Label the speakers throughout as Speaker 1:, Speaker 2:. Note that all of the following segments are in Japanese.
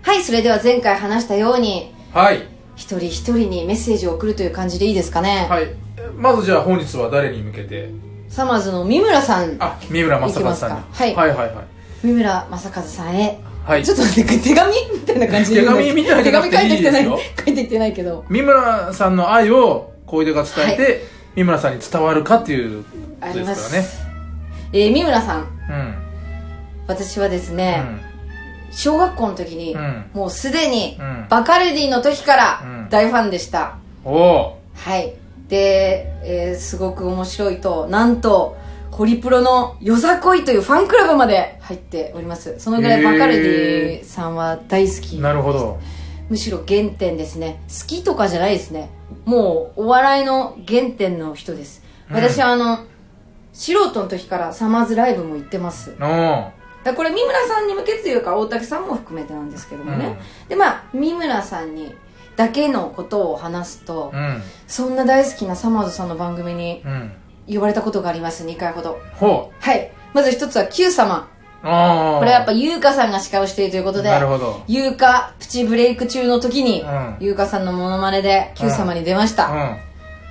Speaker 1: はいそれでは前回話したように
Speaker 2: はい
Speaker 1: 一人一人にメッセージを送るという感じでいいですかね、
Speaker 2: はいまずじゃあ本日は誰に向けて
Speaker 1: さまサマーズの三村さん
Speaker 2: あ三村正和さんに
Speaker 1: いきますかはい
Speaker 2: はいはいはい
Speaker 1: 三村正和さんへ、
Speaker 2: はい
Speaker 1: ちょっと待って手紙みたいな感じで言うんだけど
Speaker 2: 手紙みたいなの
Speaker 1: 手紙書いてきてない
Speaker 2: いいで
Speaker 1: 書いてきてないけど
Speaker 2: 三村さんの愛を小出が伝えて、三村さんに伝わるかっていうこ
Speaker 1: あ
Speaker 2: と
Speaker 1: り
Speaker 2: で
Speaker 1: ますす
Speaker 2: からね
Speaker 1: えー、三村さん
Speaker 2: うん
Speaker 1: 私はですね、小学校の時に、
Speaker 2: うん
Speaker 1: もうすでに、
Speaker 2: うん
Speaker 1: バカルディの時か
Speaker 2: う
Speaker 1: ら
Speaker 2: ん
Speaker 1: 大ファンでした、
Speaker 2: うんお
Speaker 1: はいで、えーすごく面白いとなんとホリプロのよさこいというファンクラブまで入っておりますそのぐらいバカルディさんは大好き
Speaker 2: おなるほど
Speaker 1: むしろ原点ですね好きとかじゃないですねもうお笑いの原点の人です
Speaker 2: うん
Speaker 1: 私はあの、素人の時からサマーズライブも行ってますだか
Speaker 2: おー
Speaker 1: らこれ三村さんに向けてというか大竹さんも含めてなんですけどもね、でまあ三村さんにだけのことを話すと、
Speaker 2: うん
Speaker 1: そんな大好きなサマーズさんの番組に
Speaker 2: うん
Speaker 1: 呼ばれたことがあります2回ほど
Speaker 2: ほう
Speaker 1: はいまず一つは Q 様
Speaker 2: ああ
Speaker 1: これはやっぱ優香さんが司会をしているということで
Speaker 2: なるほど
Speaker 1: 優香プチブレイク中の時に
Speaker 2: うん
Speaker 1: 優香さんのモノマネで Q 様に出ました、
Speaker 2: う
Speaker 1: も
Speaker 2: ん
Speaker 1: う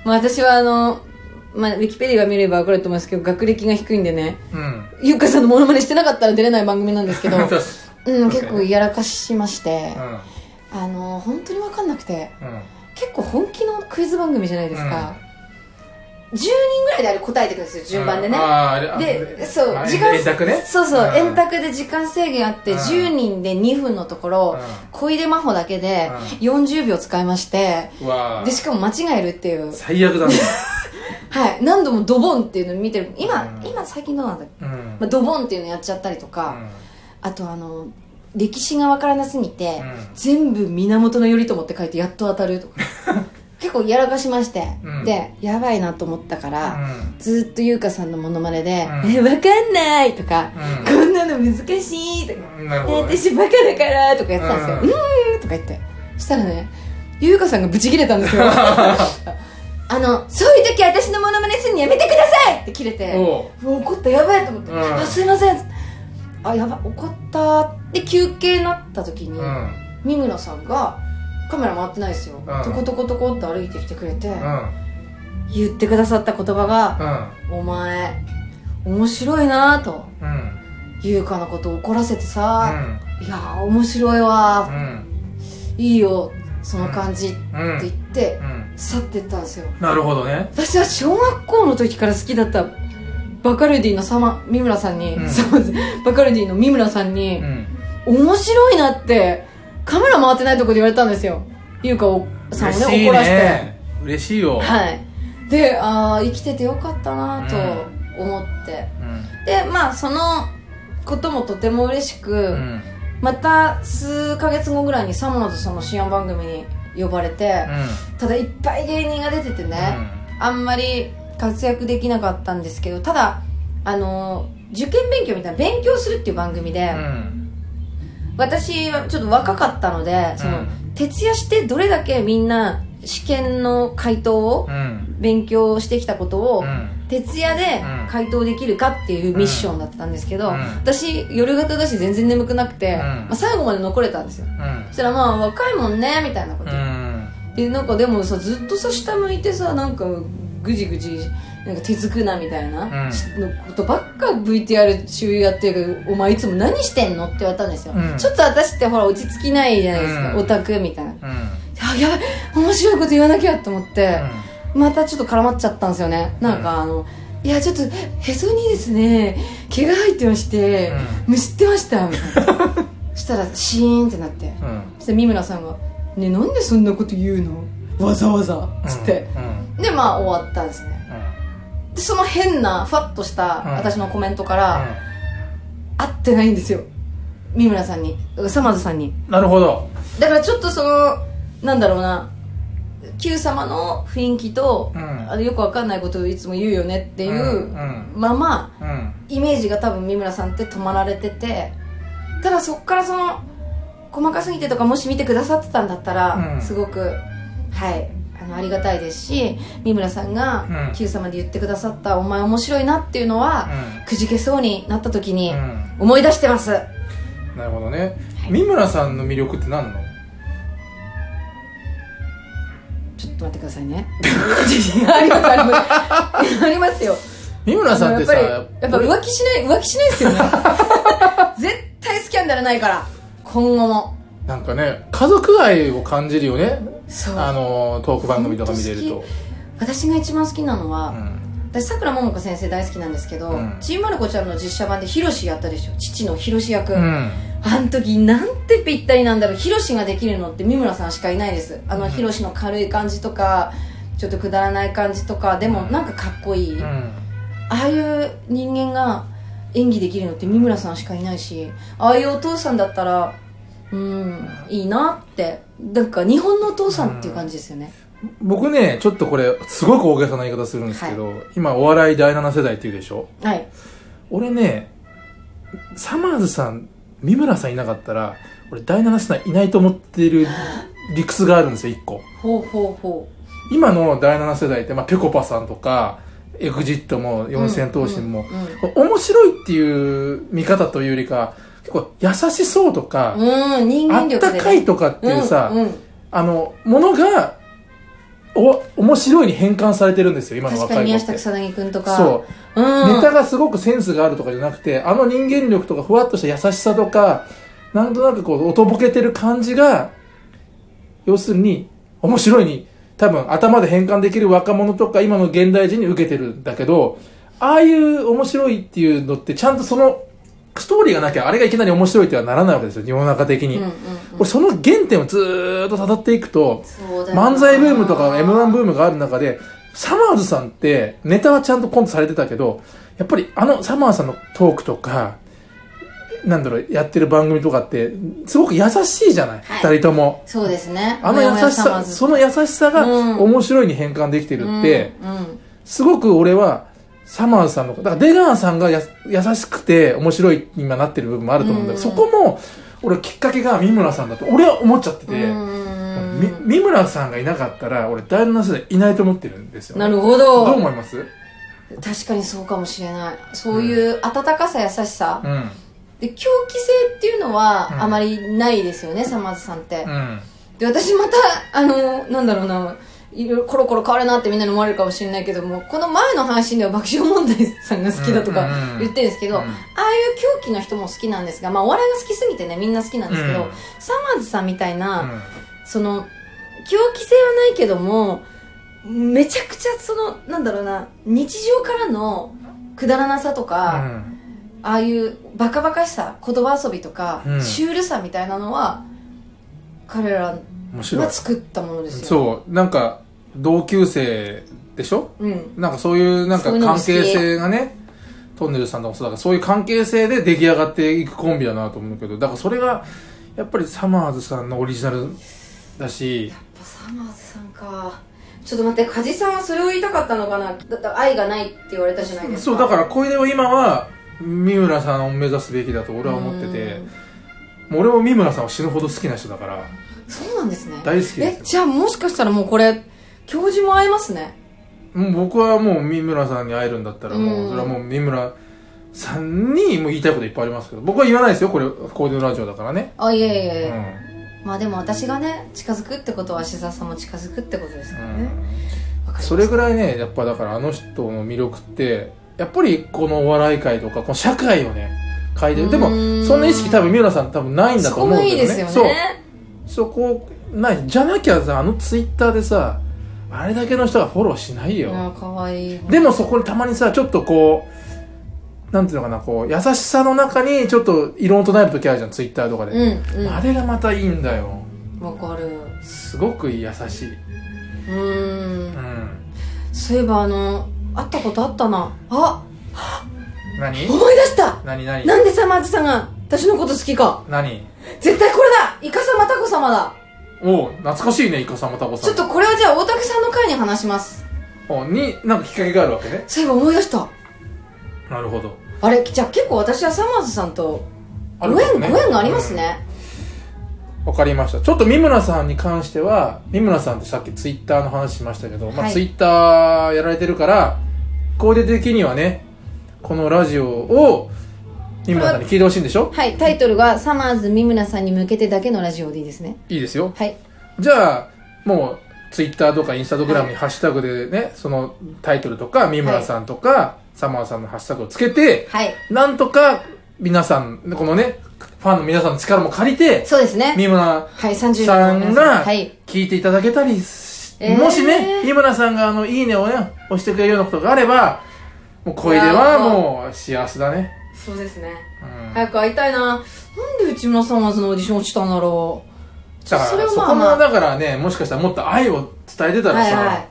Speaker 1: 私はあの、まあ、ウィキペディア見れば分かると思いますけど学歴が低いんでね
Speaker 2: うん
Speaker 1: 優香さんのモノマネしてなかったら出れない番組なんですけど、
Speaker 2: 確か
Speaker 1: うん、結構やらかしまして
Speaker 2: にうん
Speaker 1: あの本当に分かんなくて
Speaker 2: うん
Speaker 1: 結構本気のクイズ番組じゃないですか、10人ぐらいであれ答えてくるんですよ順番でね、
Speaker 2: うんあーあれ
Speaker 1: でそう
Speaker 2: あ
Speaker 1: 時間
Speaker 2: 円卓ね
Speaker 1: そうそう、
Speaker 2: ん
Speaker 1: 円卓で時間制限あって、
Speaker 2: うん
Speaker 1: 10人で2分のところ、
Speaker 2: う
Speaker 1: 小出真帆だけで40秒使いまして、
Speaker 2: んうわー
Speaker 1: でしかも間違えるっていう
Speaker 2: 最悪 だね
Speaker 1: はい何度もドボンっていうのを見てる今、
Speaker 2: うん
Speaker 1: 今最近どうなんだっけ、
Speaker 2: うん
Speaker 1: まあ、ドボンっていうのやっちゃったりとか、あとあの歴史がわからなすぎて、
Speaker 2: うん
Speaker 1: 全部源頼朝って書いてやっと当たると か結構やらかしまして、
Speaker 2: うん
Speaker 1: でやばいなと思ったから、
Speaker 2: うん
Speaker 1: ずっと優香さんのモノマネで「
Speaker 2: うん
Speaker 1: えわかんない」とか、
Speaker 2: うん
Speaker 1: こんなの難しい」とか
Speaker 2: うんなる
Speaker 1: 「
Speaker 2: ほどね
Speaker 1: 私バカだから」とかやってたんですよ「う
Speaker 2: うん
Speaker 1: ーん」とか言ってしたらね優香さんがブチ切れたんです よあの「そういう時私のモノマネするのやめてください!」って切れて
Speaker 2: おう
Speaker 1: うわ怒ったやばいと思って「
Speaker 2: うん
Speaker 1: あすいません」あやばい怒った」で休憩になった時に、
Speaker 2: うん
Speaker 1: 三村さんがカメラ回ってないですよ、
Speaker 2: うん
Speaker 1: トコトコトコって歩いてきてくれて、
Speaker 2: うん
Speaker 1: 言ってくださった言葉が「お前面白いな」と
Speaker 2: うんうん
Speaker 1: 優香のこと怒らせて
Speaker 2: う
Speaker 1: さ
Speaker 2: ん
Speaker 1: 「いやー面白いわー
Speaker 2: うん
Speaker 1: いいよその感じ」って
Speaker 2: うん
Speaker 1: 言って
Speaker 2: うん
Speaker 1: 去ってったんですよ
Speaker 2: なるほどね
Speaker 1: 私は小学校の時から好きだったバカルディのさま三村さんに、
Speaker 2: うん
Speaker 1: さまバカルディの三村さん
Speaker 2: う
Speaker 1: に、
Speaker 2: ん
Speaker 1: 面白いなってカメラ回ってないとこで言われたんですよ優香をさんをね
Speaker 2: 嬉しい
Speaker 1: 怒らせ
Speaker 2: ね嬉しいよ
Speaker 1: てはいでああ生きててよかったなと思って、
Speaker 2: うん
Speaker 1: でまあそのこともとても嬉しく、
Speaker 2: うん
Speaker 1: また数ヶ月後ぐらいにサモーズその深夜番組に呼ばれて、ただいっぱい芸人が出ててね、あんまり活躍できなかったんですけどただあの受験勉強みたいな勉強するっていう番組で、
Speaker 2: うんうん
Speaker 1: 私はちょっと若かったのでその、
Speaker 2: うん
Speaker 1: 徹夜してどれだけみんな試験の回答を
Speaker 2: うん
Speaker 1: 勉強してきたことを、
Speaker 2: うん
Speaker 1: 徹夜で
Speaker 2: うん
Speaker 1: 回答できるかっていうミッションだったんですけど、
Speaker 2: うん
Speaker 1: 私夜型だし全然眠くなくて、
Speaker 2: うん
Speaker 1: まあ、最後まで残れたんですよ
Speaker 2: うん
Speaker 1: そしたらまあ若いもんねみたいなこと、
Speaker 2: うん
Speaker 1: でなんかでもさずっとさ下向いてさなんかぐじぐじなんか手づくなみたいな、
Speaker 2: うん
Speaker 1: しのことばっか VTR 中やってるけどお前いつも何してんのって言われたんですよ、
Speaker 2: うん
Speaker 1: ちょっと私ってほら落ち着きないじゃないですか、
Speaker 2: うん
Speaker 1: オタクみたいな
Speaker 2: うんうん
Speaker 1: あやばい面白いこと言わなきゃと思って、またちょっと絡まっちゃったんですよねなんかあの、いやちょっとへそにですね毛が入ってまして、むしってましたみたいな したらシーンってなって
Speaker 2: うん
Speaker 1: そして三村さんが「ねなんでそんなこと言うのわざわざ」つって、
Speaker 2: うんうん
Speaker 1: でまあ終わったんですねでその変なファッとした
Speaker 2: うん
Speaker 1: 私のコメントから、会ってないんですよ三村さんにさまずさんに
Speaker 2: うんなるほど
Speaker 1: だからちょっとそのなんだろうな Q 様の雰囲気と、
Speaker 2: うん
Speaker 1: あのよくわかんないことをいつも言うよねっていう、
Speaker 2: うん
Speaker 1: まま
Speaker 2: うん
Speaker 1: イメージが多分三村さんって止まられててただそっからその細かすぎてとかもし見てくださってたんだったら、
Speaker 2: うん
Speaker 1: すごくはいあのありがたいですし三村さんが
Speaker 2: うん
Speaker 1: Q 様で言ってくださった「お前面白いな」っていうのは、くじけそうになった時に
Speaker 2: うん
Speaker 1: 思い出してます、
Speaker 2: なるほどね、
Speaker 1: はい
Speaker 2: 三村さんの魅力って何なの
Speaker 1: ちょっと待ってくださいね ありますありますありますよ
Speaker 2: 三村さんってさ
Speaker 1: あのやっぱりやっぱ浮気しない浮気しない ですよね絶対スキャンダルないから今後も
Speaker 2: なんかね家族愛を感じるよね
Speaker 1: そう
Speaker 2: あのトーク番組とか見れると
Speaker 1: 私が一番好きなのは、
Speaker 2: うん
Speaker 1: 私さくらももこ先生大好きなんですけど、
Speaker 2: うん
Speaker 1: ちんまる子ちゃんの実写版でヒロシやったでしょ父のヒロシ役、
Speaker 2: うん
Speaker 1: あの時なんてぴったりなんだろうヒロシができるのって三村さんしかいないですあ
Speaker 2: う
Speaker 1: の
Speaker 2: ん
Speaker 1: ヒロシの軽い感じとかちょっとくだらない感じとかでもなんかかっこいい、
Speaker 2: う
Speaker 1: あ
Speaker 2: ん
Speaker 1: あいう人間が演技できるのって三村さんしかいないしああいうお父さんだったらうんいいなってなんか日本のお父さんっていう感じですよね、
Speaker 2: 僕ねちょっとこれすごく大げさな言い方するんですけど、今お笑い第7世代っていうでしょ
Speaker 1: はい
Speaker 2: 俺ねサマーズさん三村さんいなかったら俺第7世代いないと思って る理屈があるんですよ1個
Speaker 1: ほうほうほ
Speaker 2: 今の第7世代って、まあ、ぺこぱさんとかエグジットも
Speaker 1: う
Speaker 2: 四千頭身も、
Speaker 1: うんうん
Speaker 2: 面白いっていう見方というよりか結構優しそうとか、
Speaker 1: うん、人
Speaker 2: あ
Speaker 1: 間
Speaker 2: っ
Speaker 1: 力
Speaker 2: た
Speaker 1: で、ね、
Speaker 2: かいとかっていうさ、
Speaker 1: うんうん
Speaker 2: あのものがお面白いに変換されてるんですよ今の
Speaker 1: 確
Speaker 2: 若
Speaker 1: かに
Speaker 2: い
Speaker 1: 宮
Speaker 2: 子っ
Speaker 1: 下
Speaker 2: て。
Speaker 1: 草薙君とか
Speaker 2: そ
Speaker 1: う、
Speaker 2: う
Speaker 1: ん、
Speaker 2: ネタがすごくセンスがあるとかじゃなくて、あの人間力とかふわっとした優しさとか、なんとなくこう、おとぼけてる感じが、要するに、面白いに、多分頭で変換できる若者とか今の現代人に受けてるんだけど、ああいう面白いっていうのって、ちゃんとその、ストーリーがなきゃ、あれがいきなり面白いってはならないわけですよ、世の中的に。
Speaker 1: うんうんうん
Speaker 2: 俺、その原点をずーっと辿っていくと、
Speaker 1: そうだよな
Speaker 2: 漫才ブームとか M1 ブームがある中で、サマーズさんってネタはちゃんとコントされてたけど、やっぱりあのサマーさんのトークとか、なんだろう、やってる番組とかって、すごく優しいじゃない、
Speaker 1: はい
Speaker 2: 二人とも。
Speaker 1: そうですね
Speaker 2: あの優しさ、その優しさが
Speaker 1: うん
Speaker 2: 面白いに変換できてる
Speaker 1: うん
Speaker 2: って、
Speaker 1: うん
Speaker 2: すごく俺は、サマーズさんの、だから出川さんがや優しくて面白いに今なってる部分もあると思うんだけど、
Speaker 1: うん
Speaker 2: そこも、俺きっかけが三村さんだと、俺は思っちゃってて、
Speaker 1: うん
Speaker 2: み三村さんがいなかったら俺第7世代いないと思ってるんですよ
Speaker 1: なるほど
Speaker 2: どう思います
Speaker 1: 確かにそうかもしれないそういう温かさ優しさ、
Speaker 2: うん
Speaker 1: で狂気性っていうのは
Speaker 2: うん
Speaker 1: あまりないですよね、さまさんって、
Speaker 2: うん
Speaker 1: で私またあのなんだろうないろいろコロコロ変わるなってみんなに思われるかもしれないけどもこの前の配信では爆笑問題さんが好きだとか
Speaker 2: うんうんうん
Speaker 1: 言ってるんですけど、
Speaker 2: うん
Speaker 1: ああいう狂気の人も好きなんですが、まあ、お笑いが好きすぎてねみんな好きなんですけど、
Speaker 2: うん
Speaker 1: サマーズさんみたいな、
Speaker 2: うん
Speaker 1: その狂気性はないけどもめちゃくちゃそのなんだろうな日常からのくだらなさとか、ああいうバカバカしさ言葉遊びとか、
Speaker 2: うん
Speaker 1: シュールさみたいなのは彼ら
Speaker 2: 面白い
Speaker 1: が作ったものですよ
Speaker 2: そうなんか同級生でしょ
Speaker 1: う、ん、
Speaker 2: なんかそういうなん
Speaker 1: そ
Speaker 2: か
Speaker 1: ういうのも
Speaker 2: 関
Speaker 1: 好き
Speaker 2: 係性がねトンネルさんとかもそうだからそういう関係性で出来上がっていくコンビだなと思うけどだからそれがやっぱりサマーズさんのオリジナルだし
Speaker 1: やっぱサマーズさんかちょっと待って梶さんはそれを言いたかったのかなだって愛がないって言われたじゃないですか
Speaker 2: そうだから小出は今は三村さんを目指すべきだと俺は思ってて
Speaker 1: うん
Speaker 2: もう俺も三村さんを死ぬほど好きな人だから
Speaker 1: そうなんですね
Speaker 2: 大好きで
Speaker 1: え
Speaker 2: す
Speaker 1: じゃあもしかしたらもうこれ教授も会えますね
Speaker 2: もう僕はもう三村さんに会えるんだったらもう、
Speaker 1: うん
Speaker 2: それはもう三村さんにもう言いたいこといっぱいありますけど僕は言わないですよこれコーデのラジオだからね
Speaker 1: あいやいやいうや、
Speaker 2: ん、うん
Speaker 1: まあでも私がね近づくってことは芦沢さんも近づくってことですからね、わかりました
Speaker 2: それぐらいねやっぱだからあの人の魅力ってやっぱりこのお笑い界とかこの社会をね変えてるでも
Speaker 1: うん
Speaker 2: そんな意識多分三村さん多分ないんだ
Speaker 1: そ
Speaker 2: と
Speaker 1: こ
Speaker 2: 思うん
Speaker 1: も
Speaker 2: だ
Speaker 1: いい
Speaker 2: よ
Speaker 1: で
Speaker 2: ね
Speaker 1: すよね
Speaker 2: そうそこないじゃなきゃさあのツイッターでさあれだけの人がフォローしないよ、
Speaker 1: あかわいい
Speaker 2: でもそこにたまにさ、ちょっとこう、なんていうのかな、こう、優しさの中にちょっと異論を唱える時あるじゃん、ツイッターとか
Speaker 1: う
Speaker 2: で。
Speaker 1: んうん
Speaker 2: あれがまたいいんだよ。
Speaker 1: わかる
Speaker 2: すごく優しい。
Speaker 1: うー
Speaker 2: うんん。
Speaker 1: そういえばあの会ったことあったなあ
Speaker 2: 何
Speaker 1: 思い出した
Speaker 2: 何何
Speaker 1: なんでさまずさんが私のこと好きか
Speaker 2: 何
Speaker 1: 絶対これだイカ様タコ様だ
Speaker 2: おう、懐かしいね、イカさんもタコさ
Speaker 1: ちょ
Speaker 2: ん
Speaker 1: っとこれはじゃあ大竹さんの回に話します
Speaker 2: おうに、なんかきっかけがあるわけね。
Speaker 1: そういえば思い出した
Speaker 2: なるほど。
Speaker 1: あれじゃあ結構私はさまずさんと
Speaker 2: あ
Speaker 1: ご
Speaker 2: る
Speaker 1: 縁
Speaker 2: わけね
Speaker 1: ご縁がありますね、
Speaker 2: わかりました。ちょっと三村さんに関しては、三村さんってさっきツイッターの話しましたけど、まあ
Speaker 1: はい
Speaker 2: ツイッターやられてるから、コーデ的にはね、このラジオを三村さんに聞いてほしいんでしょ
Speaker 1: はいタイトルが「サマーズ三村さんに向けてだけのラジオ」でいいですね
Speaker 2: いいですよ
Speaker 1: はい
Speaker 2: じゃあもうツイッターとかインスタグラムにハッシュタグでね、そのタイトルとか三村さんとか、サマーさんのハッシュタグをつけて、
Speaker 1: はい
Speaker 2: なんとか皆さんこのねファンの皆さんの力も借りて
Speaker 1: そうですね
Speaker 2: 三村
Speaker 1: はい30
Speaker 2: さ
Speaker 1: 代の
Speaker 2: ん
Speaker 1: 皆さん
Speaker 2: が
Speaker 1: はい
Speaker 2: 聞いていただけたりし、
Speaker 1: えー
Speaker 2: もしね三村さんがあのいいねをね押してくれるようなことがあればもう声ではもう幸せだね、
Speaker 1: そうですね
Speaker 2: うん、
Speaker 1: 早く会いたいななんで内村サマーズのオーディション落ちたんだろう
Speaker 2: だからそ,、
Speaker 1: れはま
Speaker 2: こ
Speaker 1: あま
Speaker 2: も
Speaker 1: あ
Speaker 2: だからねもしかしたらもっと愛を伝えてたら
Speaker 1: はい
Speaker 2: さ、
Speaker 1: はい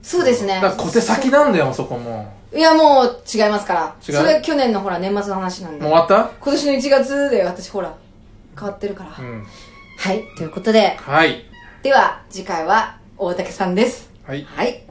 Speaker 1: そうですね
Speaker 2: だから小手先なんだよそこも
Speaker 1: いやもう違いますから
Speaker 2: 違う
Speaker 1: それ去年のほら年末の話なんで
Speaker 2: もう終わった
Speaker 1: 今年の1月で私ほら変わってるから、
Speaker 2: うん
Speaker 1: はいということで
Speaker 2: はい
Speaker 1: では次回は大竹さんです
Speaker 2: はい
Speaker 1: はい